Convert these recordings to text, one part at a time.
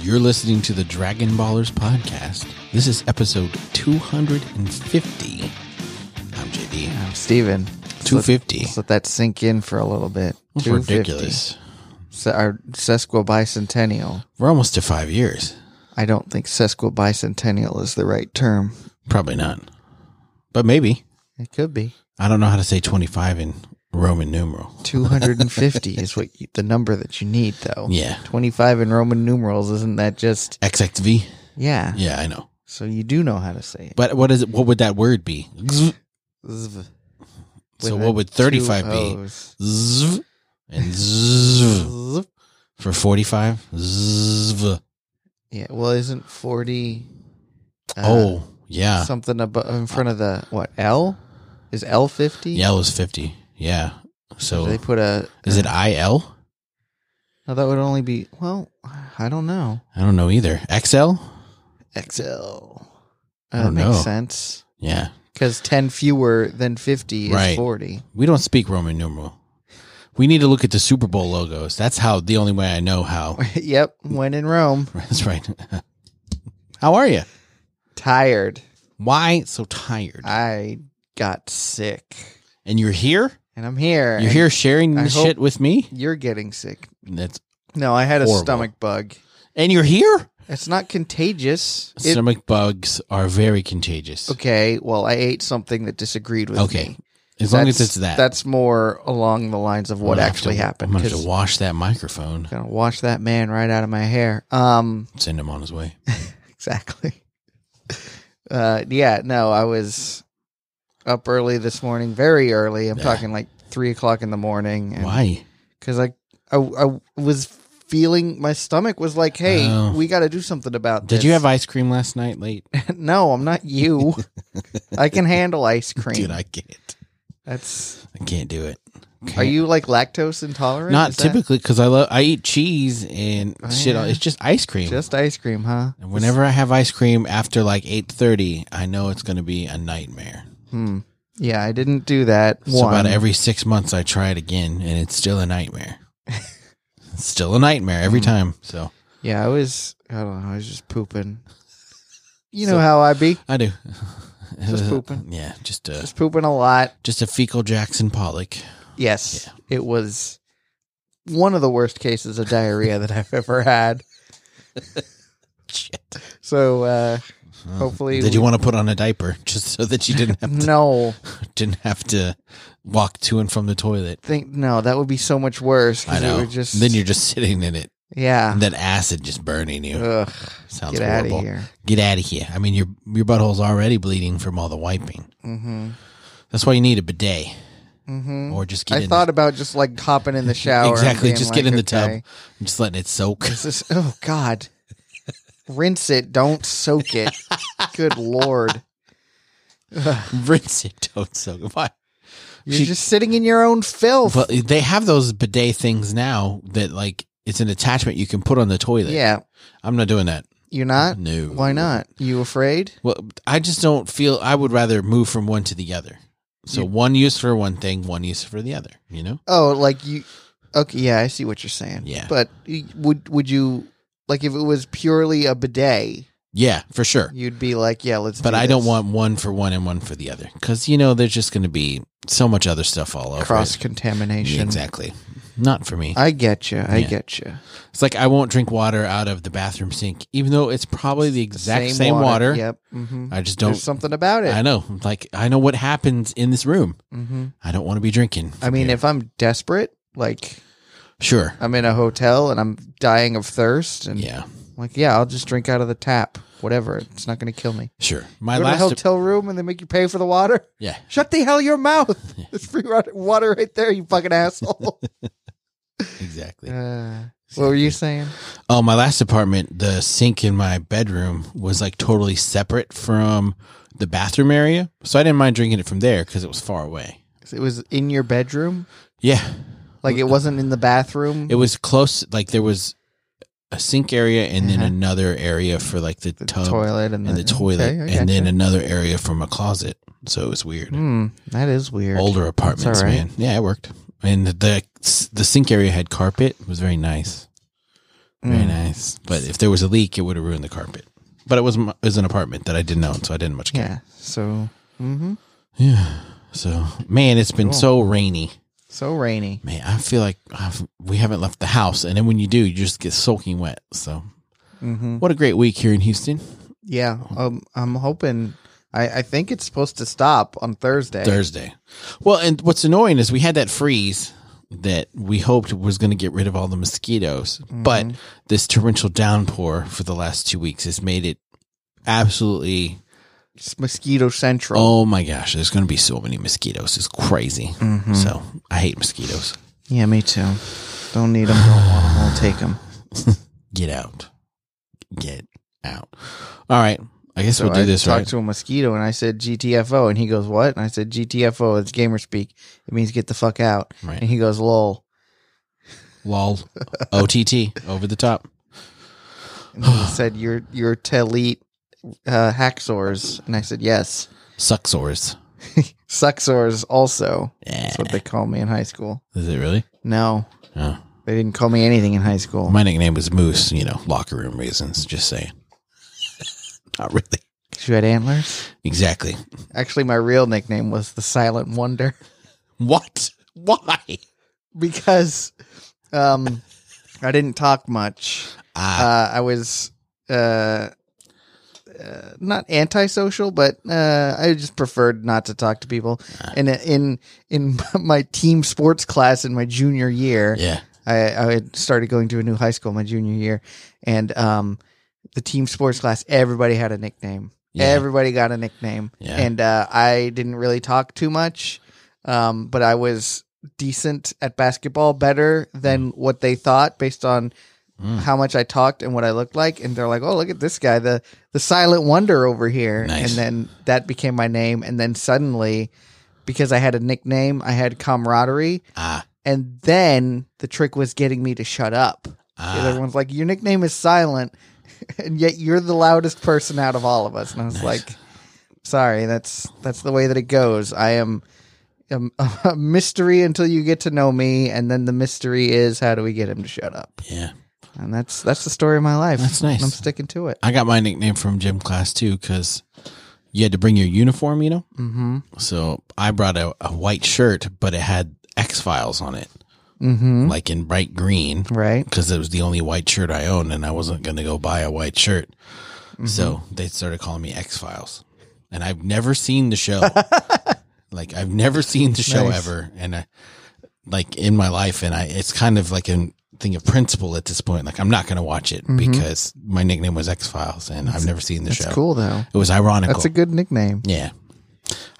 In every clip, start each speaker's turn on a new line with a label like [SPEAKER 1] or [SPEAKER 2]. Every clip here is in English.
[SPEAKER 1] You're listening to the Dragon Ballers podcast. This is episode 250. I'm JD.
[SPEAKER 2] I'm Oh, Steven. Let's let-
[SPEAKER 1] 250.
[SPEAKER 2] Let's let that sink in for a little bit.
[SPEAKER 1] That's
[SPEAKER 2] 250.
[SPEAKER 1] ridiculous.
[SPEAKER 2] Se- our sesquibicentennial.
[SPEAKER 1] We're almost to five years.
[SPEAKER 2] I don't think sesquibicentennial is the right term.
[SPEAKER 1] Probably not. But maybe.
[SPEAKER 2] It could be.
[SPEAKER 1] I don't know how to say 25 in Roman numeral.
[SPEAKER 2] 250 is what you, the number that you need, though.
[SPEAKER 1] Yeah.
[SPEAKER 2] 25 in Roman numerals, isn't that just.
[SPEAKER 1] XXV?
[SPEAKER 2] Yeah.
[SPEAKER 1] Yeah, I know.
[SPEAKER 2] So you do know how to say it.
[SPEAKER 1] But what is it? What would that word be? Zv.
[SPEAKER 2] Zv.
[SPEAKER 1] So
[SPEAKER 2] With
[SPEAKER 1] what
[SPEAKER 2] the
[SPEAKER 1] would 35
[SPEAKER 2] two
[SPEAKER 1] be?
[SPEAKER 2] O's.
[SPEAKER 1] Zv. And zv.
[SPEAKER 2] Zv.
[SPEAKER 1] For 45? Zv.
[SPEAKER 2] Yeah. Well, isn't 40. uh,
[SPEAKER 1] oh, yeah.
[SPEAKER 2] Something above, in front of the. What? L? Is L 50?
[SPEAKER 1] Yellow's 50. Yeah. So
[SPEAKER 2] They put a.
[SPEAKER 1] is it IL?
[SPEAKER 2] No, that would only be. Well, I don't know.
[SPEAKER 1] I don't know either. XL?
[SPEAKER 2] XL.
[SPEAKER 1] I
[SPEAKER 2] Uh,
[SPEAKER 1] don't
[SPEAKER 2] that makes
[SPEAKER 1] know.
[SPEAKER 2] sense
[SPEAKER 1] Yeah.
[SPEAKER 2] because ten fewer than fifty is
[SPEAKER 1] Right.
[SPEAKER 2] forty.
[SPEAKER 1] We don't speak Roman numeral. We need to look at the Super Bowl logos. That's how the only way I know how.
[SPEAKER 2] yep. When in Rome,
[SPEAKER 1] That's right. how are you?
[SPEAKER 2] tired.
[SPEAKER 1] Why so tired?
[SPEAKER 2] I got sick,
[SPEAKER 1] and you're here?
[SPEAKER 2] and I'm here.
[SPEAKER 1] You're
[SPEAKER 2] and
[SPEAKER 1] here sharing
[SPEAKER 2] I
[SPEAKER 1] this
[SPEAKER 2] hope-
[SPEAKER 1] shit with me?
[SPEAKER 2] You're getting sick.
[SPEAKER 1] That's
[SPEAKER 2] No, I had a
[SPEAKER 1] Horrible.
[SPEAKER 2] stomach bug.
[SPEAKER 1] And you're here?
[SPEAKER 2] It's not contagious. It-
[SPEAKER 1] Stomach bugs are very contagious.
[SPEAKER 2] okay. Well, I ate something that disagreed with
[SPEAKER 1] Okay.
[SPEAKER 2] me.
[SPEAKER 1] As long as it's
[SPEAKER 2] That's-
[SPEAKER 1] that.
[SPEAKER 2] That's more along the lines of
[SPEAKER 1] I'm
[SPEAKER 2] what
[SPEAKER 1] gonna have
[SPEAKER 2] actually
[SPEAKER 1] to-
[SPEAKER 2] happened.
[SPEAKER 1] I'm going to
[SPEAKER 2] 'cause
[SPEAKER 1] have to wash that microphone.
[SPEAKER 2] gonna wash that man right out of my hair. Um.
[SPEAKER 1] Send him on his way.
[SPEAKER 2] exactly. Uh, yeah, no, I was up early this morning, very early. I'm
[SPEAKER 1] Yeah.
[SPEAKER 2] talking like three o'clock in the morning.
[SPEAKER 1] Why?
[SPEAKER 2] Because I, I, I was feeling my stomach was like, hey,
[SPEAKER 1] Oh.
[SPEAKER 2] we got to do something about
[SPEAKER 1] Did
[SPEAKER 2] this.
[SPEAKER 1] you have ice cream last night late?
[SPEAKER 2] no, I'm not you. I can handle ice cream.
[SPEAKER 1] Dude, I can't.
[SPEAKER 2] That's.
[SPEAKER 1] I can't do it.
[SPEAKER 2] Are you like lactose intolerant?
[SPEAKER 1] Not
[SPEAKER 2] Is that
[SPEAKER 1] typically because I love I eat cheese and
[SPEAKER 2] Oh,
[SPEAKER 1] shit.
[SPEAKER 2] yeah.
[SPEAKER 1] It's just ice cream.
[SPEAKER 2] Just ice cream, huh?
[SPEAKER 1] and whenever I have ice cream after like eight thirty, I know it's going to be a nightmare.
[SPEAKER 2] Hmm. Yeah, I didn't do that.
[SPEAKER 1] So
[SPEAKER 2] One.
[SPEAKER 1] about every six months, I try it again, and it's still a nightmare. it's still a nightmare every
[SPEAKER 2] Mm.
[SPEAKER 1] time. So
[SPEAKER 2] yeah, I was. I don't know. I was just pooping. You
[SPEAKER 1] So-
[SPEAKER 2] know how I be.
[SPEAKER 1] I do.
[SPEAKER 2] Just pooping.
[SPEAKER 1] Yeah, just a
[SPEAKER 2] Just pooping a lot.
[SPEAKER 1] just a fecal Jackson Pollock.
[SPEAKER 2] Yes. It was one of the worst cases of diarrhea that I've ever had.
[SPEAKER 1] Shit.
[SPEAKER 2] So uh
[SPEAKER 1] Mm.
[SPEAKER 2] hopefully
[SPEAKER 1] Did you
[SPEAKER 2] we-
[SPEAKER 1] want to put on a diaper just so that you didn't have to,
[SPEAKER 2] no.
[SPEAKER 1] didn't have to walk to and from the toilet?
[SPEAKER 2] Think no, that would be so much worse
[SPEAKER 1] I
[SPEAKER 2] 'cause it
[SPEAKER 1] know.
[SPEAKER 2] would just
[SPEAKER 1] then you're just sitting in it.
[SPEAKER 2] Yeah.
[SPEAKER 1] And that acid just burning you.
[SPEAKER 2] Ugh,
[SPEAKER 1] Sounds
[SPEAKER 2] get out of
[SPEAKER 1] horrible.
[SPEAKER 2] here.
[SPEAKER 1] Get out of here. I mean, your your butthole's already bleeding from all the wiping.
[SPEAKER 2] Mhm.
[SPEAKER 1] That's why you need a bidet,
[SPEAKER 2] Mhm.
[SPEAKER 1] or just get
[SPEAKER 2] I
[SPEAKER 1] in
[SPEAKER 2] thought about just like hopping in the shower.
[SPEAKER 1] exactly.
[SPEAKER 2] and being
[SPEAKER 1] Just get
[SPEAKER 2] like,
[SPEAKER 1] in the
[SPEAKER 2] okay,
[SPEAKER 1] tub, and just letting it soak.
[SPEAKER 2] This is oh god. Rinse it, don't soak it. Good lord.
[SPEAKER 1] Rinse it, don't soak. Why?
[SPEAKER 2] You're
[SPEAKER 1] She-
[SPEAKER 2] just sitting in your own filth.
[SPEAKER 1] Well, they have those bidet things now that like it's an attachment you can put on the toilet.
[SPEAKER 2] yeah.
[SPEAKER 1] I'm not doing that.
[SPEAKER 2] You're not?
[SPEAKER 1] No.
[SPEAKER 2] Why not? You afraid?
[SPEAKER 1] Well, I just don't feel. I would rather move from one to the other. So
[SPEAKER 2] You-
[SPEAKER 1] one use for one thing, one use for the other. You know.
[SPEAKER 2] Oh, like you? Okay, yeah, I see what you're saying.
[SPEAKER 1] Yeah.
[SPEAKER 2] but y- would would you like if it was purely a bidet?
[SPEAKER 1] Yeah, for sure.
[SPEAKER 2] You'd be like, yeah, let's.
[SPEAKER 1] But
[SPEAKER 2] do
[SPEAKER 1] I don't
[SPEAKER 2] this.
[SPEAKER 1] want one for one and one for the other because you know there's just going to be so much other stuff all over.
[SPEAKER 2] cross
[SPEAKER 1] it.
[SPEAKER 2] contamination.
[SPEAKER 1] Yeah, exactly. Not for me.
[SPEAKER 2] I get you. I
[SPEAKER 1] Yeah.
[SPEAKER 2] get you.
[SPEAKER 1] It's like I won't drink water out of the bathroom sink, even though it's probably the exact same, water.
[SPEAKER 2] Yep. Mm-hmm.
[SPEAKER 1] I just don't.
[SPEAKER 2] There's something about it.
[SPEAKER 1] I know. Like I know what happens in this room.
[SPEAKER 2] hmm
[SPEAKER 1] I don't want to be drinking.
[SPEAKER 2] I mean, if I'm desperate, like
[SPEAKER 1] sure.
[SPEAKER 2] I'm in a hotel and I'm dying of thirst, and
[SPEAKER 1] Yeah,
[SPEAKER 2] like, yeah, I'll just drink out of the tap. Whatever. It's not going to kill me.
[SPEAKER 1] sure. My
[SPEAKER 2] Go to a
[SPEAKER 1] last.
[SPEAKER 2] hotel room and they make you pay for the water.
[SPEAKER 1] yeah,
[SPEAKER 2] Shut the hell your mouth. There's free water- water right there, you fucking asshole.
[SPEAKER 1] exactly.
[SPEAKER 2] Uh, what were you saying?
[SPEAKER 1] Oh, my last apartment, the sink in my bedroom was like totally separate from the bathroom area. So I didn't mind drinking it from there because it was far away.
[SPEAKER 2] It was in your bedroom,
[SPEAKER 1] Yeah.
[SPEAKER 2] like it wasn't in the bathroom.
[SPEAKER 1] Uh, It was close. Like there was a sink area and then
[SPEAKER 2] Uh-huh.
[SPEAKER 1] another area for like the, tub
[SPEAKER 2] toilet and,
[SPEAKER 1] and the toilet
[SPEAKER 2] Okay, I
[SPEAKER 1] and then
[SPEAKER 2] gotcha.
[SPEAKER 1] another area from a closet. So it was weird.
[SPEAKER 2] Hmm, that is weird.
[SPEAKER 1] Older apartments,
[SPEAKER 2] all right.
[SPEAKER 1] man. Yeah, it worked. And the the sink area had carpet. It was very nice. Very
[SPEAKER 2] Mm.
[SPEAKER 1] nice. But if there was a leak, it would have ruined the carpet. But it was, m- it was an apartment that I didn't own, so I didn't much care.
[SPEAKER 2] Yeah. So, hmm
[SPEAKER 1] Yeah. So, man, it's been
[SPEAKER 2] Cool.
[SPEAKER 1] so rainy.
[SPEAKER 2] so rainy.
[SPEAKER 1] Man, I feel like I've, we haven't left the house. And then when you do, you just get soaking wet. So,
[SPEAKER 2] hmm
[SPEAKER 1] what a great week here in Houston.
[SPEAKER 2] Yeah. Um, I'm hoping. I, I think it's supposed to stop on Thursday.
[SPEAKER 1] Thursday. Well, and what's annoying is we had that freeze that we hoped was going to get rid of all the mosquitoes,
[SPEAKER 2] Mm-hmm.
[SPEAKER 1] but this torrential downpour for the last two weeks has made it absolutely.
[SPEAKER 2] It's mosquito central.
[SPEAKER 1] Oh my gosh, there's going to be so many mosquitoes. It's crazy.
[SPEAKER 2] Mm-hmm.
[SPEAKER 1] So I hate mosquitoes.
[SPEAKER 2] Yeah, me too. Don't need them. Don't want them. I'll take them.
[SPEAKER 1] Get out. Get out. All right. I guess we'll do
[SPEAKER 2] I
[SPEAKER 1] this
[SPEAKER 2] talked
[SPEAKER 1] right.
[SPEAKER 2] to a mosquito and I said GTFO and he goes what? And I said GTFO. It's gamer speak. It means get the fuck out.
[SPEAKER 1] Right.
[SPEAKER 2] And he goes lol.
[SPEAKER 1] Lol. OTT. Over the top.
[SPEAKER 2] And he said you're you're telete uh, hacksaws. And I said yes.
[SPEAKER 1] Sucksores.
[SPEAKER 2] Sucksaws also.
[SPEAKER 1] Yeah.
[SPEAKER 2] That's what they called me in high school.
[SPEAKER 1] Is it really?
[SPEAKER 2] No,
[SPEAKER 1] Oh.
[SPEAKER 2] they didn't call me anything in high school.
[SPEAKER 1] My nickname was Moose, you know, locker room reasons, just saying. Not really.
[SPEAKER 2] 'Cause you had antlers.
[SPEAKER 1] Exactly.
[SPEAKER 2] Actually, my real nickname was the Silent Wonder.
[SPEAKER 1] What? Why?
[SPEAKER 2] because um I didn't talk much.
[SPEAKER 1] Ah,
[SPEAKER 2] Uh, I was uh, uh not antisocial, but uh I just preferred not to talk to people.
[SPEAKER 1] Ah.
[SPEAKER 2] And in in my team sports class in my junior year,
[SPEAKER 1] yeah.
[SPEAKER 2] I, I had started going to a new high school my junior year, and um, the team sports class, everybody had a nickname.
[SPEAKER 1] Yeah.
[SPEAKER 2] Everybody got a nickname,
[SPEAKER 1] Yeah.
[SPEAKER 2] and uh, I didn't really talk too much, um, but I was decent at basketball, better than what they thought based on
[SPEAKER 1] Mm.
[SPEAKER 2] how much I talked and what I looked like. And they're like, "Oh, look at this guy, the the silent wonder over here."
[SPEAKER 1] Nice.
[SPEAKER 2] And then that became my name, and then suddenly. Because I had a nickname, I had camaraderie,
[SPEAKER 1] Ah,
[SPEAKER 2] and then the trick was getting me to shut up.
[SPEAKER 1] ah.
[SPEAKER 2] Everyone's like, your nickname is silent, and yet you're the loudest person out of all of us. And I was like, sorry, that's that's the way that it goes. I am am a mystery until you get to know me, and then the mystery is how do we get him to shut up?
[SPEAKER 1] yeah.
[SPEAKER 2] And that's that's the story of my life.
[SPEAKER 1] That's nice.
[SPEAKER 2] And I'm sticking to it.
[SPEAKER 1] I got my nickname from gym class too because you had to bring your uniform, you know?
[SPEAKER 2] Mm-hmm.
[SPEAKER 1] So I brought a, a white shirt, but it had X Files on it,
[SPEAKER 2] Mm-hmm.
[SPEAKER 1] like in bright green.
[SPEAKER 2] Right.
[SPEAKER 1] because it was the only white shirt I owned, and I wasn't going to go buy a white shirt.
[SPEAKER 2] Mm-hmm.
[SPEAKER 1] So they started calling me X Files, and I've never seen the show. like I've never seen the show
[SPEAKER 2] Nice.
[SPEAKER 1] ever, and I, like in my life, and I it's kind of like a thing of principle at this point. Like I'm not going to watch it because my nickname was X Files, and I've never seen the
[SPEAKER 2] Mm-hmm. That's
[SPEAKER 1] show.
[SPEAKER 2] cool though.
[SPEAKER 1] It was ironical.
[SPEAKER 2] That's a good nickname.
[SPEAKER 1] yeah.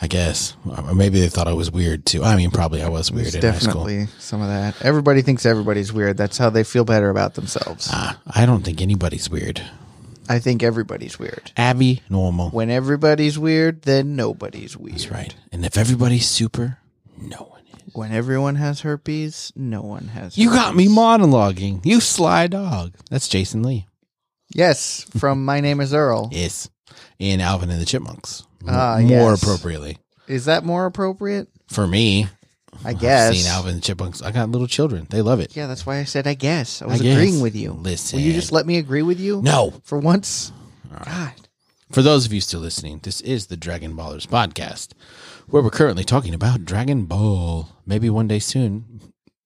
[SPEAKER 1] I guess, or maybe they thought I was weird too. I mean, probably I was weird
[SPEAKER 2] There's
[SPEAKER 1] in high school.
[SPEAKER 2] definitely some of that. Everybody thinks everybody's weird. That's how they feel better about themselves.
[SPEAKER 1] Ah, I don't think anybody's weird.
[SPEAKER 2] I think everybody's weird.
[SPEAKER 1] Abby, normal.
[SPEAKER 2] When everybody's weird, then nobody's weird.
[SPEAKER 1] That's right. And if everybody's super, no one is.
[SPEAKER 2] When everyone has herpes, no one has.
[SPEAKER 1] You
[SPEAKER 2] herpes.
[SPEAKER 1] got me monologuing. You sly dog. That's Jason Lee.
[SPEAKER 2] Yes, from My Name Is Earl.
[SPEAKER 1] Yes. And Alvin and the Chipmunks. M-
[SPEAKER 2] Ah,
[SPEAKER 1] More
[SPEAKER 2] yes.
[SPEAKER 1] appropriately.
[SPEAKER 2] Is that more appropriate?
[SPEAKER 1] For me,
[SPEAKER 2] I
[SPEAKER 1] I've
[SPEAKER 2] guess.
[SPEAKER 1] seen Alvin and the Chipmunks. I got little children. They love it.
[SPEAKER 2] Yeah, that's why I said I guess. I was
[SPEAKER 1] guess.
[SPEAKER 2] agreeing with you.
[SPEAKER 1] Listen.
[SPEAKER 2] Will you just let me agree with you?
[SPEAKER 1] No.
[SPEAKER 2] For once. God.
[SPEAKER 1] For those of you still listening, this is the Dragon Ballers podcast, where we're currently talking about Dragon Ball. Maybe one day soon.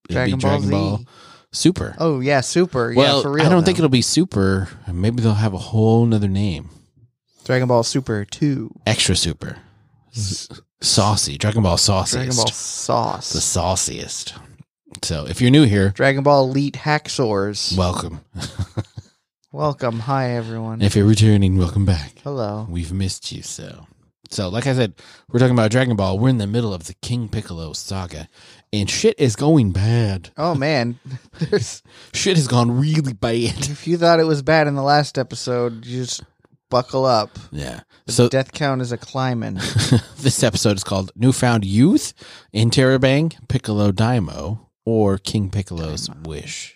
[SPEAKER 1] it'll
[SPEAKER 2] Dragon Ball Z.
[SPEAKER 1] Super.
[SPEAKER 2] Oh yeah, super.
[SPEAKER 1] well,
[SPEAKER 2] yeah, for real.
[SPEAKER 1] I don't think
[SPEAKER 2] though.
[SPEAKER 1] it'll be Super. Maybe they'll have a whole nother name.
[SPEAKER 2] Dragon Ball Super Two.
[SPEAKER 1] extra super saucy dragon ball sauciest
[SPEAKER 2] Dragon Ball
[SPEAKER 1] the
[SPEAKER 2] Sauce.
[SPEAKER 1] sauciest so if you're new here
[SPEAKER 2] Dragon Ball Elite Hacksaws.
[SPEAKER 1] welcome
[SPEAKER 2] Welcome. Hi everyone.
[SPEAKER 1] if you're returning welcome back
[SPEAKER 2] Hello.
[SPEAKER 1] we've missed you so so like i said we're talking about dragon ball we're in the middle of the king piccolo saga and shit is going bad
[SPEAKER 2] Oh man. There's
[SPEAKER 1] shit has gone really bad
[SPEAKER 2] if you thought it was bad in the last episode, you just buckle up.
[SPEAKER 1] yeah so
[SPEAKER 2] Death count is a climbing.
[SPEAKER 1] this episode is called newfound youth in terabang piccolo daimo or king piccolo's wish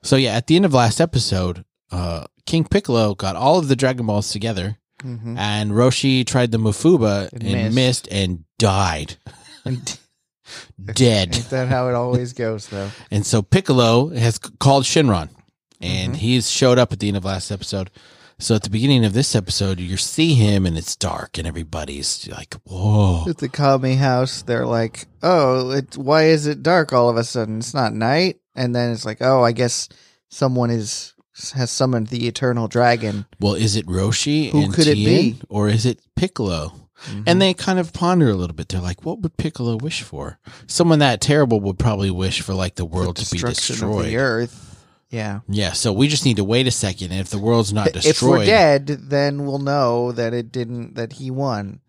[SPEAKER 1] so yeah at the end of last episode uh, king piccolo got all of the dragon balls together
[SPEAKER 2] hmm
[SPEAKER 1] and roshi tried the mufuba and,
[SPEAKER 2] And missed.
[SPEAKER 1] missed and died
[SPEAKER 2] And
[SPEAKER 1] dead
[SPEAKER 2] ain't that how it always goes, though?
[SPEAKER 1] and so piccolo has c- called shinron and he's showed up at the end of last episode. So at the beginning of this episode, you see him, and it's dark, and everybody's like, "Whoa!"
[SPEAKER 2] At the Kami house, they're like, "Oh, it's why is it dark all of a sudden? It's not night." And then it's like, "Oh, I guess someone is has summoned the eternal dragon."
[SPEAKER 1] Well, is it Roshi?
[SPEAKER 2] Who
[SPEAKER 1] and
[SPEAKER 2] could it
[SPEAKER 1] Tien,
[SPEAKER 2] be?
[SPEAKER 1] Or is it Piccolo?
[SPEAKER 2] Mm-hmm.
[SPEAKER 1] And they kind of ponder a little bit. They're like, what would Piccolo wish for? Someone that terrible would probably wish for like the world to be
[SPEAKER 2] destruction
[SPEAKER 1] destroyed.
[SPEAKER 2] of the earth. Yeah.
[SPEAKER 1] Yeah, so we just need to wait a second. And if the world's not destroyed,
[SPEAKER 2] If we're dead, then we'll know that it didn't that he won.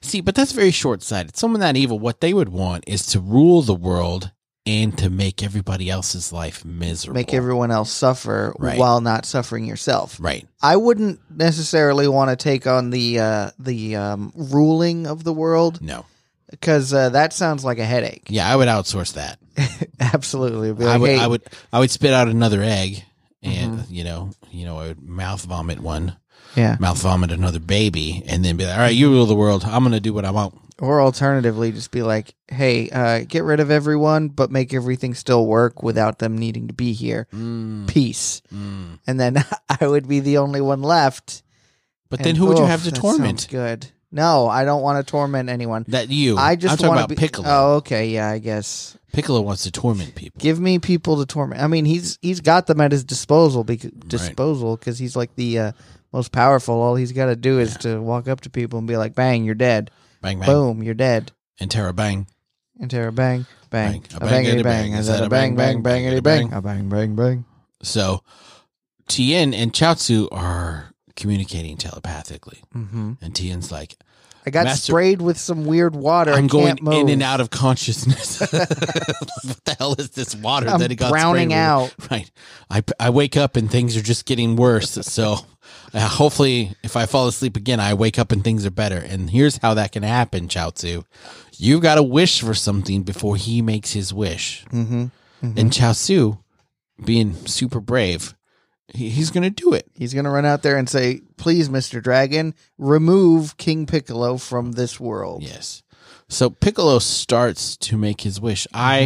[SPEAKER 1] see, but that's very short sighted. Someone that evil, what they would want is to rule the world and to make everybody else's life miserable.
[SPEAKER 2] Make everyone else suffer
[SPEAKER 1] Right.
[SPEAKER 2] while not suffering yourself.
[SPEAKER 1] right.
[SPEAKER 2] I wouldn't necessarily want to take on the uh, the um, ruling of the world
[SPEAKER 1] No,
[SPEAKER 2] because uh, that sounds like a headaque.
[SPEAKER 1] yeah, I would outsource that.
[SPEAKER 2] Absolutely, Be
[SPEAKER 1] I
[SPEAKER 2] like,
[SPEAKER 1] would,
[SPEAKER 2] "Hey,
[SPEAKER 1] I would, I would spit out another egg, and
[SPEAKER 2] Mm-hmm.
[SPEAKER 1] you know, you know, I would mouth vomit one.
[SPEAKER 2] yeah.
[SPEAKER 1] mouth vomit another baby and then be like, all right, you rule the world. I'm going to do what I want.
[SPEAKER 2] Or alternatively, just be like, "Hey, uh, get rid of everyone, but make everything still work without them needing to be here.
[SPEAKER 1] Mm.
[SPEAKER 2] Peace." And then I would be the only one left.
[SPEAKER 1] But
[SPEAKER 2] And-
[SPEAKER 1] then who would you
[SPEAKER 2] oof,
[SPEAKER 1] have to
[SPEAKER 2] that sounds
[SPEAKER 1] torment?
[SPEAKER 2] Good. No, I don't want to torment anyone.
[SPEAKER 1] That you.
[SPEAKER 2] I just
[SPEAKER 1] I'm talking
[SPEAKER 2] want
[SPEAKER 1] about
[SPEAKER 2] to be,
[SPEAKER 1] Piccolo.
[SPEAKER 2] Oh, okay. Yeah, I guess.
[SPEAKER 1] Piccolo wants to torment people.
[SPEAKER 2] Give me people to torment. I mean, he's he's got them at his disposal because disposal because he's like the uh, most powerful. All he's got to do is to walk up to people and be like, "Bang, you're dead.
[SPEAKER 1] Bang, bang.
[SPEAKER 2] Boom, you're dead."
[SPEAKER 1] And Terra bang.
[SPEAKER 2] And tear a bang, bang,
[SPEAKER 1] Bang.
[SPEAKER 2] a bangity bang, is that a bang, bang, bangity bang,
[SPEAKER 1] bang?
[SPEAKER 2] a bang, bang, bang.
[SPEAKER 1] So Tien and Chaozu are communicating telepathically.
[SPEAKER 2] Mm-hmm.
[SPEAKER 1] And Tien's like,
[SPEAKER 2] I got
[SPEAKER 1] Master-
[SPEAKER 2] sprayed with some weird water. I
[SPEAKER 1] I'm
[SPEAKER 2] can't
[SPEAKER 1] going in
[SPEAKER 2] move.
[SPEAKER 1] and out of consciousness. what the hell is this water
[SPEAKER 2] I'm
[SPEAKER 1] that it got
[SPEAKER 2] browning
[SPEAKER 1] sprayed with?
[SPEAKER 2] out.
[SPEAKER 1] Right. I, I wake up and things are just getting worse. So uh, hopefully, if I fall asleep again, I wake up and things are better. And here's how that can happen, Chaozu. You've got to wish for something before he makes his wish.
[SPEAKER 2] Mm-hmm.
[SPEAKER 1] And Chaozu, being super brave, he, he's going to do it.
[SPEAKER 2] He's going to run out there and say, "Please, Mister Dragon, remove King Piccolo from this world."
[SPEAKER 1] Yes. So Piccolo starts to make his wish. I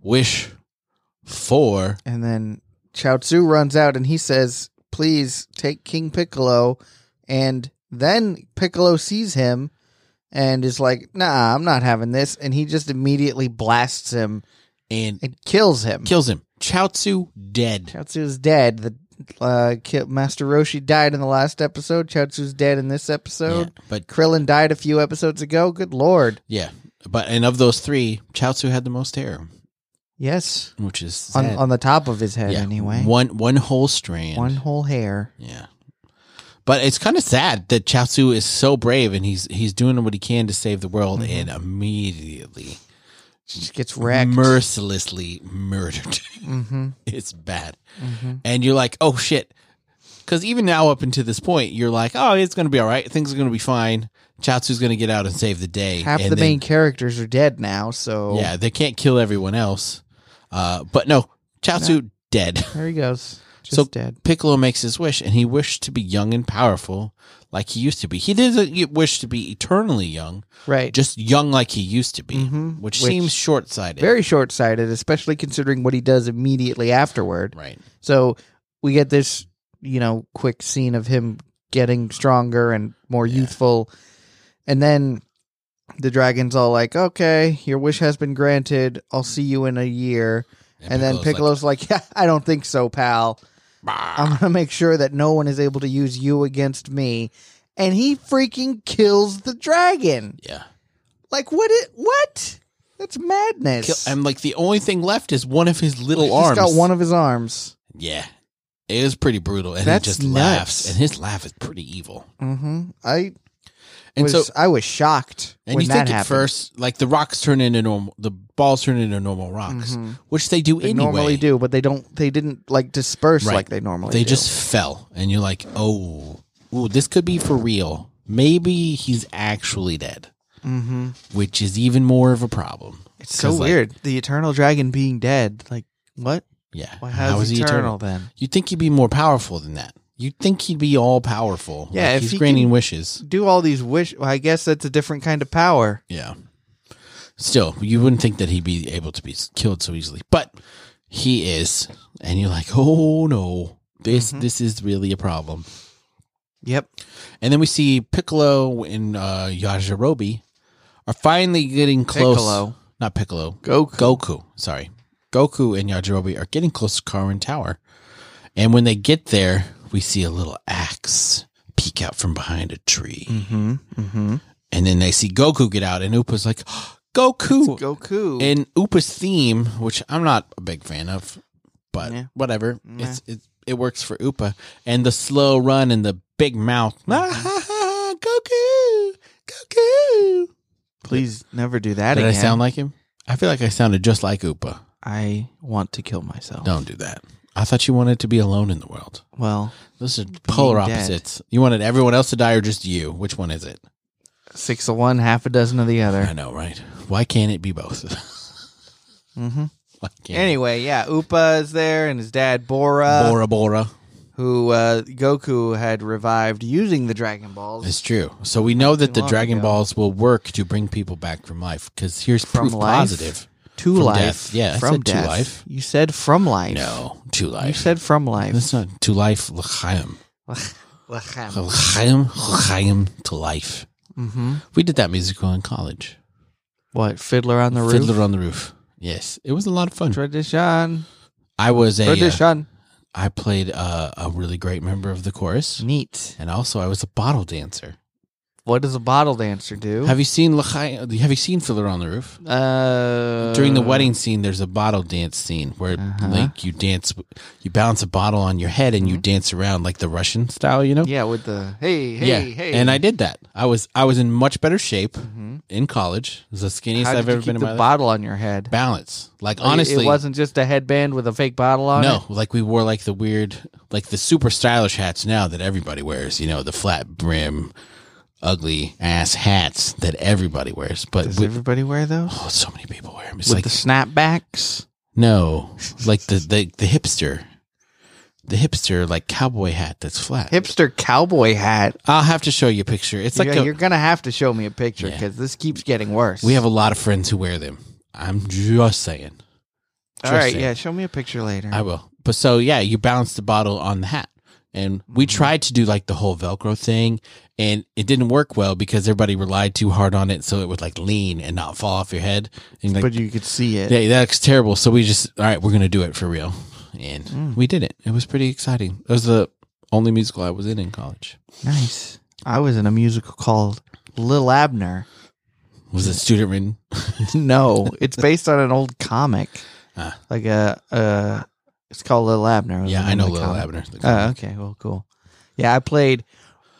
[SPEAKER 2] Mm-hmm.
[SPEAKER 1] wish for.
[SPEAKER 2] And then Chaozu runs out and he says, "Please take King Piccolo." And then Piccolo sees him and is like, "Nah, I'm not having this." And he just immediately blasts him
[SPEAKER 1] And
[SPEAKER 2] and kills him.
[SPEAKER 1] kills him. Chaozu dead.
[SPEAKER 2] Chaozu is dead. The uh, ki- Master Roshi died in the last episode. Chaozu's dead in this episode.
[SPEAKER 1] Yeah, but
[SPEAKER 2] Krillin died a few episodes ago. Good lord.
[SPEAKER 1] yeah, but and of those three, Chaozu had the most hair,
[SPEAKER 2] Yes.
[SPEAKER 1] which is
[SPEAKER 2] On,
[SPEAKER 1] sad.
[SPEAKER 2] on the top of his head,
[SPEAKER 1] yeah,
[SPEAKER 2] anyway. One,
[SPEAKER 1] one one whole strand.
[SPEAKER 2] whole hair.
[SPEAKER 1] Yeah, but it's kind of sad that Chaozu is so brave and he's he's doing what he can to save the world, and immediately
[SPEAKER 2] Just gets Mm-hmm. wrecked.
[SPEAKER 1] mercilessly murdered.
[SPEAKER 2] hmm
[SPEAKER 1] it's bad,
[SPEAKER 2] hmm
[SPEAKER 1] and you're like, oh shit. Because even now, up until this point, you're like, oh, it's going to be all right. Things are going to be fine. Chaozu's going to get out and save the day.
[SPEAKER 2] Half
[SPEAKER 1] and
[SPEAKER 2] the
[SPEAKER 1] then-
[SPEAKER 2] main characters are dead now, so
[SPEAKER 1] Yeah, they can't kill everyone else. Uh, but no, Chaozu dead.
[SPEAKER 2] there he goes. Just
[SPEAKER 1] So-
[SPEAKER 2] dead.
[SPEAKER 1] Piccolo makes his wish, and he wished to be young and powerful like he used to be. He didn't wish to be eternally young,
[SPEAKER 2] Right.
[SPEAKER 1] just young like he used to be,
[SPEAKER 2] Mhm,
[SPEAKER 1] which,
[SPEAKER 2] which-
[SPEAKER 1] seems short sighted.
[SPEAKER 2] Very short sighted, especially considering what he does immediately afterward.
[SPEAKER 1] right.
[SPEAKER 2] So we get this, you know, quick scene of him getting stronger and more
[SPEAKER 1] Yeah.
[SPEAKER 2] youthful. And then the dragon's all like, okay, your wish has been granted. I'll see you in a year. And, then Piccolo's like, yeah, I don't think so, pal. I'm going to make sure that no one is able to use you against me. And he freaking kills the dragon.
[SPEAKER 1] yeah.
[SPEAKER 2] Like, what? It, what? That's madness.
[SPEAKER 1] Kill, and like the only thing left is one of his little
[SPEAKER 2] He's
[SPEAKER 1] arms.
[SPEAKER 2] got one of his arms.
[SPEAKER 1] yeah. It is pretty brutal. And
[SPEAKER 2] That's
[SPEAKER 1] he just
[SPEAKER 2] nuts.
[SPEAKER 1] laughs. And his laugh is pretty evil.
[SPEAKER 2] hmm I
[SPEAKER 1] And
[SPEAKER 2] was,
[SPEAKER 1] so
[SPEAKER 2] I was shocked
[SPEAKER 1] And
[SPEAKER 2] when
[SPEAKER 1] you
[SPEAKER 2] that
[SPEAKER 1] think at
[SPEAKER 2] happened.
[SPEAKER 1] first, like the rocks turn into normal, the balls turn into normal rocks,
[SPEAKER 2] Mhm.
[SPEAKER 1] which they do
[SPEAKER 2] they
[SPEAKER 1] anyway.
[SPEAKER 2] normally do, but they don't. They didn't like disperse
[SPEAKER 1] Right.
[SPEAKER 2] like they normally.
[SPEAKER 1] They
[SPEAKER 2] do.
[SPEAKER 1] just fell, and you're like, oh, ooh, this could be for real. Maybe he's actually dead,
[SPEAKER 2] Mhm.
[SPEAKER 1] which is even more of a problem.
[SPEAKER 2] It's so
[SPEAKER 1] 'Cause, like,
[SPEAKER 2] weird. the eternal dragon being dead. Like what?
[SPEAKER 1] yeah,
[SPEAKER 2] Why how's
[SPEAKER 1] is he
[SPEAKER 2] eternal, then?
[SPEAKER 1] You'd think he'd be more powerful than that. You'd think he'd be all powerful.
[SPEAKER 2] Yeah,
[SPEAKER 1] Like,
[SPEAKER 2] if
[SPEAKER 1] he's
[SPEAKER 2] he
[SPEAKER 1] granting
[SPEAKER 2] can-
[SPEAKER 1] wishes.
[SPEAKER 2] Do all these wish? Well, I guess that's a different kind of power.
[SPEAKER 1] Yeah. Still, you wouldn't think that he'd be able to be killed so easily, but he is, and you're like, oh no, this
[SPEAKER 2] Mhm.
[SPEAKER 1] this is really a problem.
[SPEAKER 2] Yep.
[SPEAKER 1] And then we see Piccolo and uh, Yajirobe are finally getting close.
[SPEAKER 2] Piccolo.
[SPEAKER 1] Not Piccolo.
[SPEAKER 2] Goku.
[SPEAKER 1] Goku. Sorry. Goku and Yajirobe are getting close to Karin Tower. And when they get there, we see a little axe peek out from behind a tree.
[SPEAKER 2] Mm-hmm. Mm-hmm.
[SPEAKER 1] And then they see Goku get out, and Upa's like, Goku!
[SPEAKER 2] Goku.
[SPEAKER 1] And Upa's theme, which I'm not a big fan of, but
[SPEAKER 2] Yeah.
[SPEAKER 1] whatever.
[SPEAKER 2] Meh.
[SPEAKER 1] It's, it, it works for Upa. And the slow run and the big mouth. Goku! Goku!
[SPEAKER 2] Please never do that
[SPEAKER 1] Did I
[SPEAKER 2] again.
[SPEAKER 1] sound like him? I feel like I sounded just like Upa.
[SPEAKER 2] I want to kill myself.
[SPEAKER 1] Don't do that. I thought you wanted to be alone in the world.
[SPEAKER 2] Well,
[SPEAKER 1] Those are polar
[SPEAKER 2] dead.
[SPEAKER 1] opposites. You wanted everyone else to die or just you? Which one is it?
[SPEAKER 2] six of one, half a dozen of the
[SPEAKER 1] I
[SPEAKER 2] other.
[SPEAKER 1] know, right? Why can't it be both?
[SPEAKER 2] Mm-hmm.
[SPEAKER 1] Why can't
[SPEAKER 2] Anyway, uh, yeah, Upa is there and his dad Bora,
[SPEAKER 1] Bora Bora.
[SPEAKER 2] who uh, Goku had revived using the Dragon Balls
[SPEAKER 1] It's true. So we know that
[SPEAKER 2] too
[SPEAKER 1] the
[SPEAKER 2] long
[SPEAKER 1] Dragon
[SPEAKER 2] ago.
[SPEAKER 1] Balls will work to bring people back from life. Because here's
[SPEAKER 2] From
[SPEAKER 1] proof
[SPEAKER 2] life?
[SPEAKER 1] positive.
[SPEAKER 2] to
[SPEAKER 1] from
[SPEAKER 2] life.
[SPEAKER 1] death. Yeah, I
[SPEAKER 2] from
[SPEAKER 1] said to
[SPEAKER 2] death.
[SPEAKER 1] life.
[SPEAKER 2] You said from life.
[SPEAKER 1] No, to life.
[SPEAKER 2] you said from life.
[SPEAKER 1] that's not Oh. to life. L'chaim.
[SPEAKER 2] Lahem.
[SPEAKER 1] L'chaim. L'chaim to life.
[SPEAKER 2] Mhm.
[SPEAKER 1] We did that musical in college.
[SPEAKER 2] What Fiddler on the Roof?
[SPEAKER 1] Fiddler on the Roof. Yes, it was a lot of fun.
[SPEAKER 2] Tradition.
[SPEAKER 1] I was a. uh,
[SPEAKER 2] Tradition.
[SPEAKER 1] I played uh, a really great member of the chorus,
[SPEAKER 2] Neat.
[SPEAKER 1] and also I was a bottle dancer.
[SPEAKER 2] What does a bottle dancer do?
[SPEAKER 1] Have you seen L'chaim, Have you seen Fiddler on the Roof?
[SPEAKER 2] uh,
[SPEAKER 1] During the wedding scene, there's a bottle dance scene where
[SPEAKER 2] Uh-huh.
[SPEAKER 1] like you dance, you balance a bottle on your head and you dance around like the Russian style, you know?
[SPEAKER 2] Mm-hmm. Yeah, with the hey, hey,
[SPEAKER 1] Yeah.
[SPEAKER 2] hey.
[SPEAKER 1] And I did that. I was I was in much better shape
[SPEAKER 2] Mhm.
[SPEAKER 1] in college. It was the skinniest
[SPEAKER 2] How did
[SPEAKER 1] I've
[SPEAKER 2] you
[SPEAKER 1] ever
[SPEAKER 2] keep
[SPEAKER 1] been in
[SPEAKER 2] the
[SPEAKER 1] my life.
[SPEAKER 2] bottle on your head?
[SPEAKER 1] Balance, like
[SPEAKER 2] Like,
[SPEAKER 1] honestly,
[SPEAKER 2] it wasn't just a headband with a fake bottle on
[SPEAKER 1] no,
[SPEAKER 2] it.
[SPEAKER 1] like we wore like the weird, like the super stylish hats now that everybody wears. You know, the flat brim, ugly ass hats that everybody wears. But
[SPEAKER 2] Does
[SPEAKER 1] we,
[SPEAKER 2] everybody wear those
[SPEAKER 1] oh, so many people wear them. It's
[SPEAKER 2] with
[SPEAKER 1] like
[SPEAKER 2] the snapbacks?
[SPEAKER 1] no, like the, the the hipster, the hipster like cowboy hat that's flat.
[SPEAKER 2] Hipster cowboy hat.
[SPEAKER 1] I'll have to show you a picture. It's like
[SPEAKER 2] yeah,
[SPEAKER 1] a,
[SPEAKER 2] you're gonna have to show me a picture
[SPEAKER 1] Yeah.
[SPEAKER 2] because this keeps getting worse.
[SPEAKER 1] we have a lot of friends who wear them. I'm just saying.
[SPEAKER 2] all right.
[SPEAKER 1] Tristan.
[SPEAKER 2] Yeah, show me a picture later.
[SPEAKER 1] I will. But so yeah, you balance the bottle on the hat. And we
[SPEAKER 2] Mm-hmm.
[SPEAKER 1] tried to do like the whole Velcro thing and it didn't work well because everybody relied too hard on it so it would like lean and not fall off your head. And like
[SPEAKER 2] but you could see it.
[SPEAKER 1] yeah, that's terrible. So we just all right, we're gonna do it for real. And
[SPEAKER 2] Mm.
[SPEAKER 1] we did it. It was pretty exciting. It was the only musical I was in in college.
[SPEAKER 2] Nice. I was in a musical called Lil Abner.
[SPEAKER 1] Was it student written?
[SPEAKER 2] no, it's based on an old comic.
[SPEAKER 1] Ah.
[SPEAKER 2] Like a, uh, it's called Lil Abner. was
[SPEAKER 1] Yeah,
[SPEAKER 2] the
[SPEAKER 1] I
[SPEAKER 2] name
[SPEAKER 1] know
[SPEAKER 2] of the
[SPEAKER 1] Little
[SPEAKER 2] comic.
[SPEAKER 1] Abner. the
[SPEAKER 2] Oh, okay. Well, cool. Yeah, I played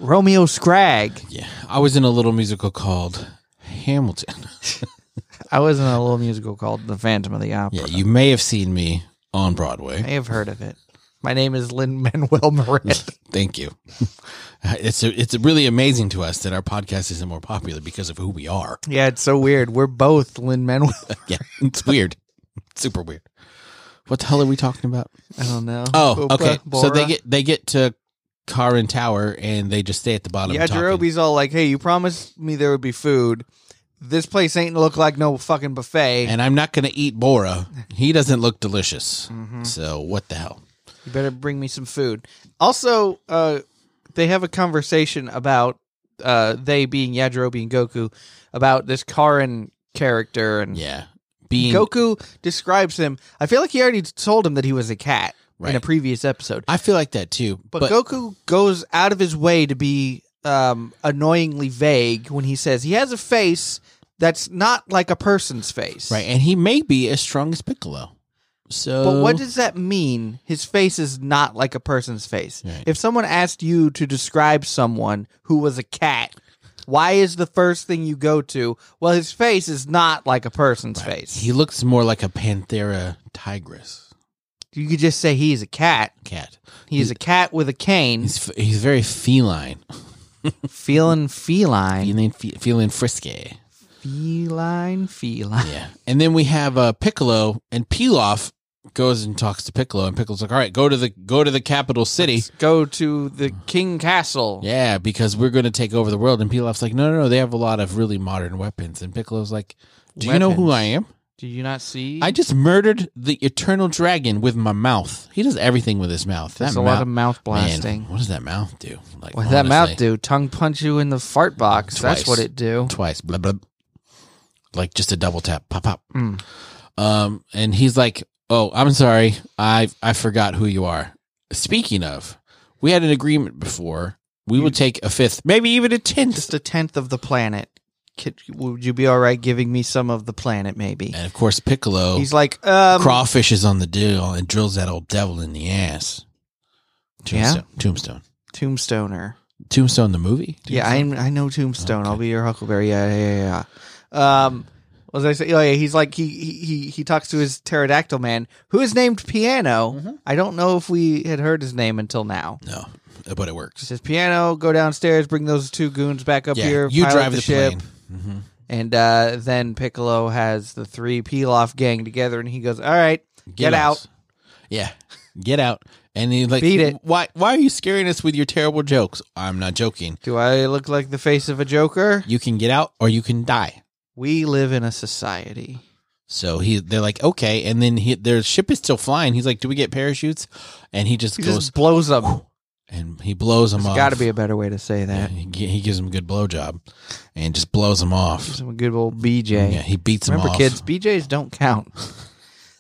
[SPEAKER 2] Romeo Scrag.
[SPEAKER 1] Yeah, I was in a little musical called Hamilton.
[SPEAKER 2] I was in a little musical called The Phantom of the Opera.
[SPEAKER 1] Yeah, you may have seen me on Broadway.
[SPEAKER 2] may have heard of it. My name is Lynn Manuel Miranda.
[SPEAKER 1] Thank you. It's it's really amazing to us that our podcast isn't more popular because of who we are.
[SPEAKER 2] yeah, it's so weird. We're both Lynn Manuel.
[SPEAKER 1] Yeah, it's weird, super weird. What the hell are we talking about?
[SPEAKER 2] I don't know.
[SPEAKER 1] Oh,
[SPEAKER 2] Opa,
[SPEAKER 1] okay. So
[SPEAKER 2] Bora.
[SPEAKER 1] they get they get to Karin Tower and they just stay at the bottom.
[SPEAKER 2] Yeah,
[SPEAKER 1] talking.
[SPEAKER 2] Jerobe's all like, "Hey, you promised me there would be food. This place ain't look like no fucking buffet.
[SPEAKER 1] and I'm not going to eat Bora. He doesn't look delicious.
[SPEAKER 2] Mhm.
[SPEAKER 1] So what the hell?
[SPEAKER 2] You better bring me some food." Also, uh, they have a conversation about uh, they being Yajirobe and Goku about this Karin character, and
[SPEAKER 1] Yeah, being
[SPEAKER 2] Goku describes him. I feel like he already told him that he was a cat in
[SPEAKER 1] Right.
[SPEAKER 2] a previous episode,
[SPEAKER 1] I feel like that too.
[SPEAKER 2] but, Goku goes out of his way to be um, annoyingly vague when he says he has a face. That's not like a person's face.
[SPEAKER 1] right, and he may be as strong as Piccolo. So
[SPEAKER 2] But what does that mean? His face is not like a person's face.
[SPEAKER 1] Right.
[SPEAKER 2] If someone asked you to describe someone who was a cat, why is the first thing you go to? Well, his face is not like a person's face.
[SPEAKER 1] he looks more like a Panthera tigress
[SPEAKER 2] you could just say he's a cat.
[SPEAKER 1] cat.
[SPEAKER 2] He's a cat with a cane,
[SPEAKER 1] He's f- he's very feline,
[SPEAKER 2] feeling feline,
[SPEAKER 1] feeling fe- feeling frisky.
[SPEAKER 2] feline, feline.
[SPEAKER 1] Yeah, and then we have uh, Piccolo and Pilaf goes and talks to Piccolo, and Piccolo's like, "All right, go to the go to the capital city."
[SPEAKER 2] Let's go to the king castle.
[SPEAKER 1] yeah, because we're going to take over the world. And Pilaf's like, "No, no, no, they have a lot of really modern weapons." And Piccolo's like, "Do you know who
[SPEAKER 2] Weapons.
[SPEAKER 1] I am?"
[SPEAKER 2] Do you not see?
[SPEAKER 1] I just murdered the eternal dragon with my mouth. He does everything with his mouth.
[SPEAKER 2] There's
[SPEAKER 1] that
[SPEAKER 2] a
[SPEAKER 1] mouth,
[SPEAKER 2] lot of mouth
[SPEAKER 1] man,
[SPEAKER 2] blasting.
[SPEAKER 1] what does that mouth do? Like
[SPEAKER 2] What that mouth
[SPEAKER 1] honestly,
[SPEAKER 2] do? Tongue punch you in the fart box. That's
[SPEAKER 1] Twice.
[SPEAKER 2] what it do.
[SPEAKER 1] Twice, blah blah. Like just a double tap, pop pop.
[SPEAKER 2] Mm.
[SPEAKER 1] Um, and he's like, "Oh, I'm sorry, I I forgot who you are." Speaking of, we had an agreement before. We would take a fifth, maybe even a tenth,
[SPEAKER 2] Just a tenth of the planet. Could, would you be all right giving me some of the planet? Maybe.
[SPEAKER 1] and oh, of course, Piccolo
[SPEAKER 2] He's like, um,
[SPEAKER 1] crawfish is on the deal and drills that old devil in the ass. Tombstone,
[SPEAKER 2] Yeah?
[SPEAKER 1] Tombstone,
[SPEAKER 2] Tombstoner.
[SPEAKER 1] Tombstone, the movie.
[SPEAKER 2] Yeah, I I know Tombstone. I'll be your Huckleberry. Yeah, yeah, yeah, yeah. Um, what was I say? Oh yeah, he's like he he he- he talks to his pterodactyl man, who is named Piano.
[SPEAKER 1] Mm-hmm.
[SPEAKER 2] I don't know if we had heard his name until now.
[SPEAKER 1] No, but it
[SPEAKER 2] He
[SPEAKER 1] works.
[SPEAKER 2] says, "Piano, go downstairs, bring those two goons back up
[SPEAKER 1] yeah,
[SPEAKER 2] here.
[SPEAKER 1] you
[SPEAKER 2] pilot
[SPEAKER 1] drive the,
[SPEAKER 2] ship."
[SPEAKER 1] plane. hmm
[SPEAKER 2] And uh, then Piccolo has the three Pilaf gang together, and he goes, "All right, Get out.
[SPEAKER 1] Yeah, get out. And he like
[SPEAKER 2] Beat it.
[SPEAKER 1] Why? Why are you scaring us with your terrible jokes? I'm not joking.
[SPEAKER 2] do I look like the face of a Joker?
[SPEAKER 1] You can get out or you can die.
[SPEAKER 2] We live in a society.
[SPEAKER 1] So he, they're like, okay. And then he, their ship is still flying. He's like, do we get parachutes? And he just
[SPEAKER 2] He
[SPEAKER 1] goes
[SPEAKER 2] just blows up.
[SPEAKER 1] and he blows them
[SPEAKER 2] There's
[SPEAKER 1] off.
[SPEAKER 2] got to be a better way to say
[SPEAKER 1] Yeah,
[SPEAKER 2] that.
[SPEAKER 1] he, gi- he gives him a good blowjob and just blows him off.
[SPEAKER 2] Some good old BJ.
[SPEAKER 1] Yeah, he beats him
[SPEAKER 2] Remember,
[SPEAKER 1] off.
[SPEAKER 2] kids, BJ's don't count.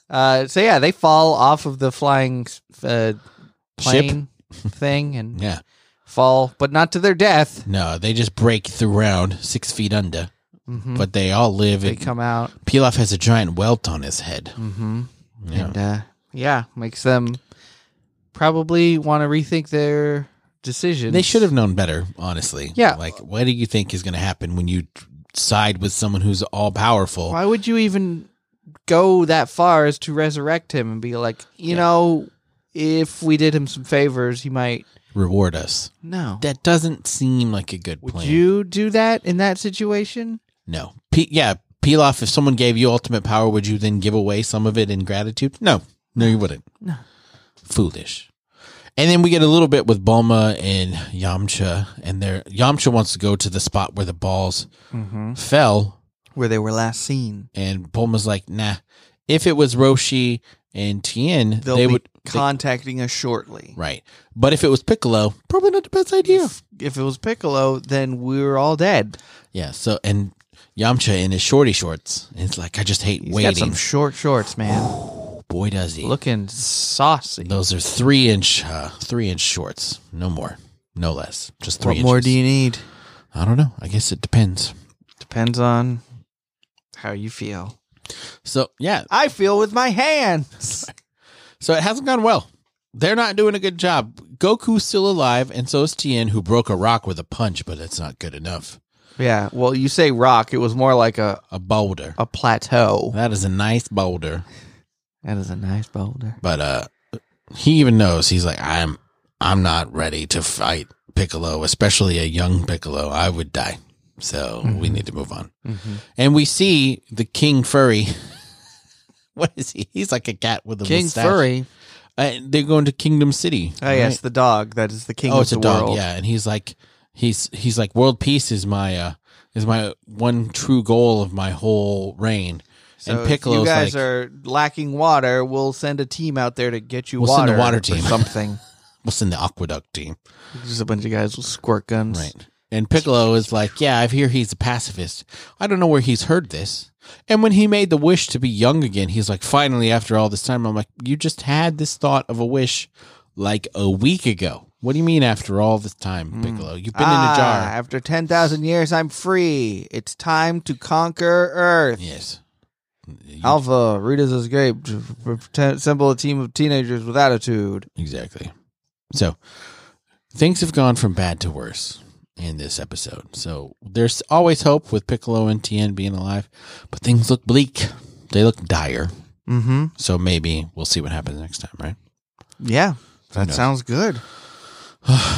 [SPEAKER 2] Uh, so yeah, they fall off of the flying uh, plane thing and
[SPEAKER 1] Yeah,
[SPEAKER 2] fall, but not to their death.
[SPEAKER 1] no, they just break through round six feet under,
[SPEAKER 2] hmm
[SPEAKER 1] but they all live.
[SPEAKER 2] they
[SPEAKER 1] They
[SPEAKER 2] come out.
[SPEAKER 1] Pilaf has a giant welt on his head.
[SPEAKER 2] hmm
[SPEAKER 1] Yeah.
[SPEAKER 2] and uh, yeah, makes them probably want to rethink their decisions.
[SPEAKER 1] They should have known better, honestly.
[SPEAKER 2] Yeah.
[SPEAKER 1] Like, what do you think is going to happen when you side with someone who's all powerful?
[SPEAKER 2] Why would you even go that far as to resurrect him and be like, you
[SPEAKER 1] Yeah.
[SPEAKER 2] know, if we did him some favors, he might.
[SPEAKER 1] Reward us.
[SPEAKER 2] No.
[SPEAKER 1] That doesn't seem like a good
[SPEAKER 2] Would
[SPEAKER 1] plan.
[SPEAKER 2] you do that in that situation?
[SPEAKER 1] no. P- yeah. Pilaf, if someone gave you ultimate power, would you then give away some of it in gratitude? No. No, you wouldn't.
[SPEAKER 2] No.
[SPEAKER 1] Foolish. And then we get a little bit with Bulma and Yamcha, and their Yamcha wants to go to the spot where the balls
[SPEAKER 2] Mm-hmm.
[SPEAKER 1] fell,
[SPEAKER 2] Where they were last seen.
[SPEAKER 1] and Bulma's like, "Nah." If it was Roshi and Tien,
[SPEAKER 2] They'll
[SPEAKER 1] they
[SPEAKER 2] be
[SPEAKER 1] would they-
[SPEAKER 2] contacting us shortly.
[SPEAKER 1] Right. But if it was Piccolo, probably not the best idea.
[SPEAKER 2] If, if it was Piccolo, then we were all dead.
[SPEAKER 1] Yeah. So, and Yamcha in his shorty shorts, it's like, I just hate
[SPEAKER 2] He's got
[SPEAKER 1] waiting.
[SPEAKER 2] some short shorts, man.
[SPEAKER 1] Boy, does he.
[SPEAKER 2] Looking saucy.
[SPEAKER 1] Those are three inch, uh, three inch shorts. No more, no less. Just three
[SPEAKER 2] What
[SPEAKER 1] inches.
[SPEAKER 2] more do you need?
[SPEAKER 1] I don't know. I guess it depends.
[SPEAKER 2] Depends on how you feel.
[SPEAKER 1] So, yeah.
[SPEAKER 2] I feel with my hands.
[SPEAKER 1] So it hasn't gone well. They're not doing a good job. Goku's still alive, and so is Tien, who broke a rock with a punch, but it's not good enough.
[SPEAKER 2] yeah. Well, you say rock. It was more like a,
[SPEAKER 1] A boulder.
[SPEAKER 2] a plateau.
[SPEAKER 1] That is a nice boulder.
[SPEAKER 2] That is a nice boulder.
[SPEAKER 1] but uh he even knows he's like i'm i'm not ready to fight piccolo especially a young piccolo i would die so we
[SPEAKER 2] Mm-hmm.
[SPEAKER 1] need to move on and we see the king furry what is he he's like a cat with a
[SPEAKER 2] King
[SPEAKER 1] mustache.
[SPEAKER 2] Furry.
[SPEAKER 1] uh, they're going to kingdom city
[SPEAKER 2] Oh, yes. The dog. That is the king
[SPEAKER 1] oh
[SPEAKER 2] of
[SPEAKER 1] it's
[SPEAKER 2] the
[SPEAKER 1] a dog
[SPEAKER 2] world.
[SPEAKER 1] yeah and he's like he's he's like world peace is my uh is my one true goal of my whole reign
[SPEAKER 2] So
[SPEAKER 1] and piccolo's
[SPEAKER 2] if you guys
[SPEAKER 1] like
[SPEAKER 2] are lacking water, we'll send a team out there to get you
[SPEAKER 1] We'll
[SPEAKER 2] water.
[SPEAKER 1] send a water
[SPEAKER 2] or
[SPEAKER 1] team.
[SPEAKER 2] something.
[SPEAKER 1] what's in the aqueduct team
[SPEAKER 2] Just a bunch of guys with squirt guns.
[SPEAKER 1] Right. And Piccolo is like, yeah, I hear he's a pacifist. I don't know where he's heard this. And when he made the wish to be young again, he's like, finally, after all this time, I'm like, you just had this thought of a wish like a week ago. What do you mean after all this time, Piccolo? You've been
[SPEAKER 2] ah,
[SPEAKER 1] in a jar.
[SPEAKER 2] After 10,000 years, I'm free. It's time to conquer Earth.
[SPEAKER 1] Yes. You-
[SPEAKER 2] Alpha, Rita's escaped. Pretend, assemble a team of teenagers with attitude.
[SPEAKER 1] Exactly. So things have gone from bad to worse in this episode. So there's always hope with Piccolo and Tien being alive, but things look bleak. They look dire.
[SPEAKER 2] Mm-hmm.
[SPEAKER 1] So maybe we'll see what happens next time, right?
[SPEAKER 2] Yeah, that
[SPEAKER 1] knows?
[SPEAKER 2] sounds good.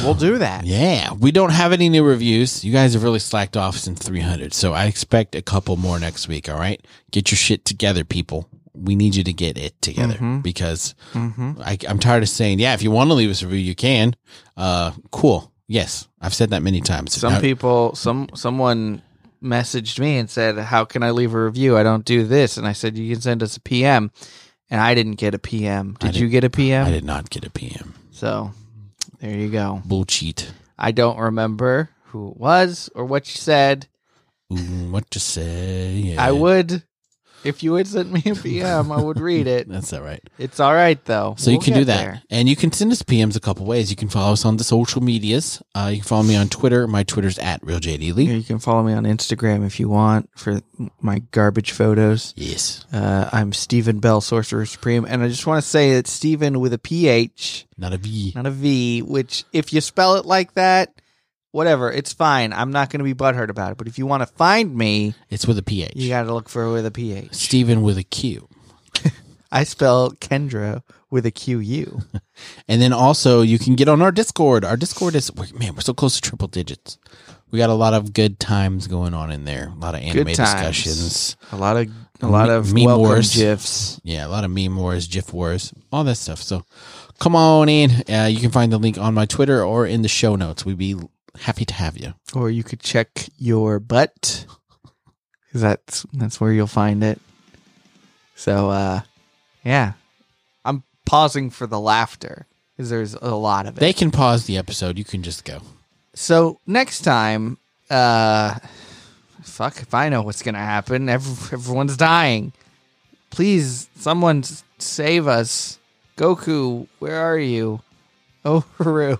[SPEAKER 2] we'll do that.
[SPEAKER 1] Yeah, we don't have any new reviews. You guys have really slacked off since 300, so I expect a couple more next week. All right, get your shit together, people. We need you to get it together
[SPEAKER 2] Mhm.
[SPEAKER 1] because
[SPEAKER 2] Mm-hmm.
[SPEAKER 1] I, I'm tired of saying, yeah, if you want to leave us a review, you can. Uh, cool. Yes, I've said that many times.
[SPEAKER 2] Some
[SPEAKER 1] Now-
[SPEAKER 2] people, some someone messaged me and said, "How can I leave a review? I don't do this." And I said, "You can send us a PM." And I didn't get a PM. Did you get a
[SPEAKER 1] I
[SPEAKER 2] PM?
[SPEAKER 1] did not get a PM.
[SPEAKER 2] So there you go.
[SPEAKER 1] Bull cheat.
[SPEAKER 2] I don't remember who it was or what you said.
[SPEAKER 1] Ooh, what to say?
[SPEAKER 2] I would, if you would send me a PM, I would read it.
[SPEAKER 1] That's all right.
[SPEAKER 2] It's all right though.
[SPEAKER 1] So you
[SPEAKER 2] We'll
[SPEAKER 1] can do
[SPEAKER 2] get
[SPEAKER 1] that.
[SPEAKER 2] there.
[SPEAKER 1] And you can send us PMs a couple ways. You can follow us on the social medias. Uh, you can follow me on Twitter. My Twitter's at
[SPEAKER 2] Yeah,
[SPEAKER 1] RealJDLee.
[SPEAKER 2] You can follow me on Instagram if you want for my garbage photos.
[SPEAKER 1] Yes.
[SPEAKER 2] Uh, I'm Stephen Bell, Sorcerer Supreme, and I just want to say that Stephen with a PH,
[SPEAKER 1] Not a V.
[SPEAKER 2] not a V, which if you spell it like that, whatever, it's fine. I'm not going to be butthurt about it. But if you want to find me,
[SPEAKER 1] It's with a PH.
[SPEAKER 2] you got to look for it with a PH.
[SPEAKER 1] Steven with a Q.
[SPEAKER 2] I spell Kendra with a Q U.
[SPEAKER 1] And then also you can get on our Discord. Our Discord is we're- man, we're so close to triple digits. We got a lot of good times going on in there. A lot of anime
[SPEAKER 2] Good times.
[SPEAKER 1] discussions.
[SPEAKER 2] A lot of a lot of
[SPEAKER 1] Meme
[SPEAKER 2] welcome
[SPEAKER 1] wars.
[SPEAKER 2] gifs.
[SPEAKER 1] Yeah, a lot of meme wars, GIF wars, all that stuff. So come on in. Uh, you can find the link on my Twitter or in the show notes. We'd be happy to have you.
[SPEAKER 2] or you could check your butt 'Cause that's that's where you'll find it so uh yeah i'm pausing for the laughter because there's a lot of it
[SPEAKER 1] They can pause the episode. You can just go.
[SPEAKER 2] so next time uh fuck if i know what's gonna happen Every, everyone's dying please someone s- save us goku where are you oh haru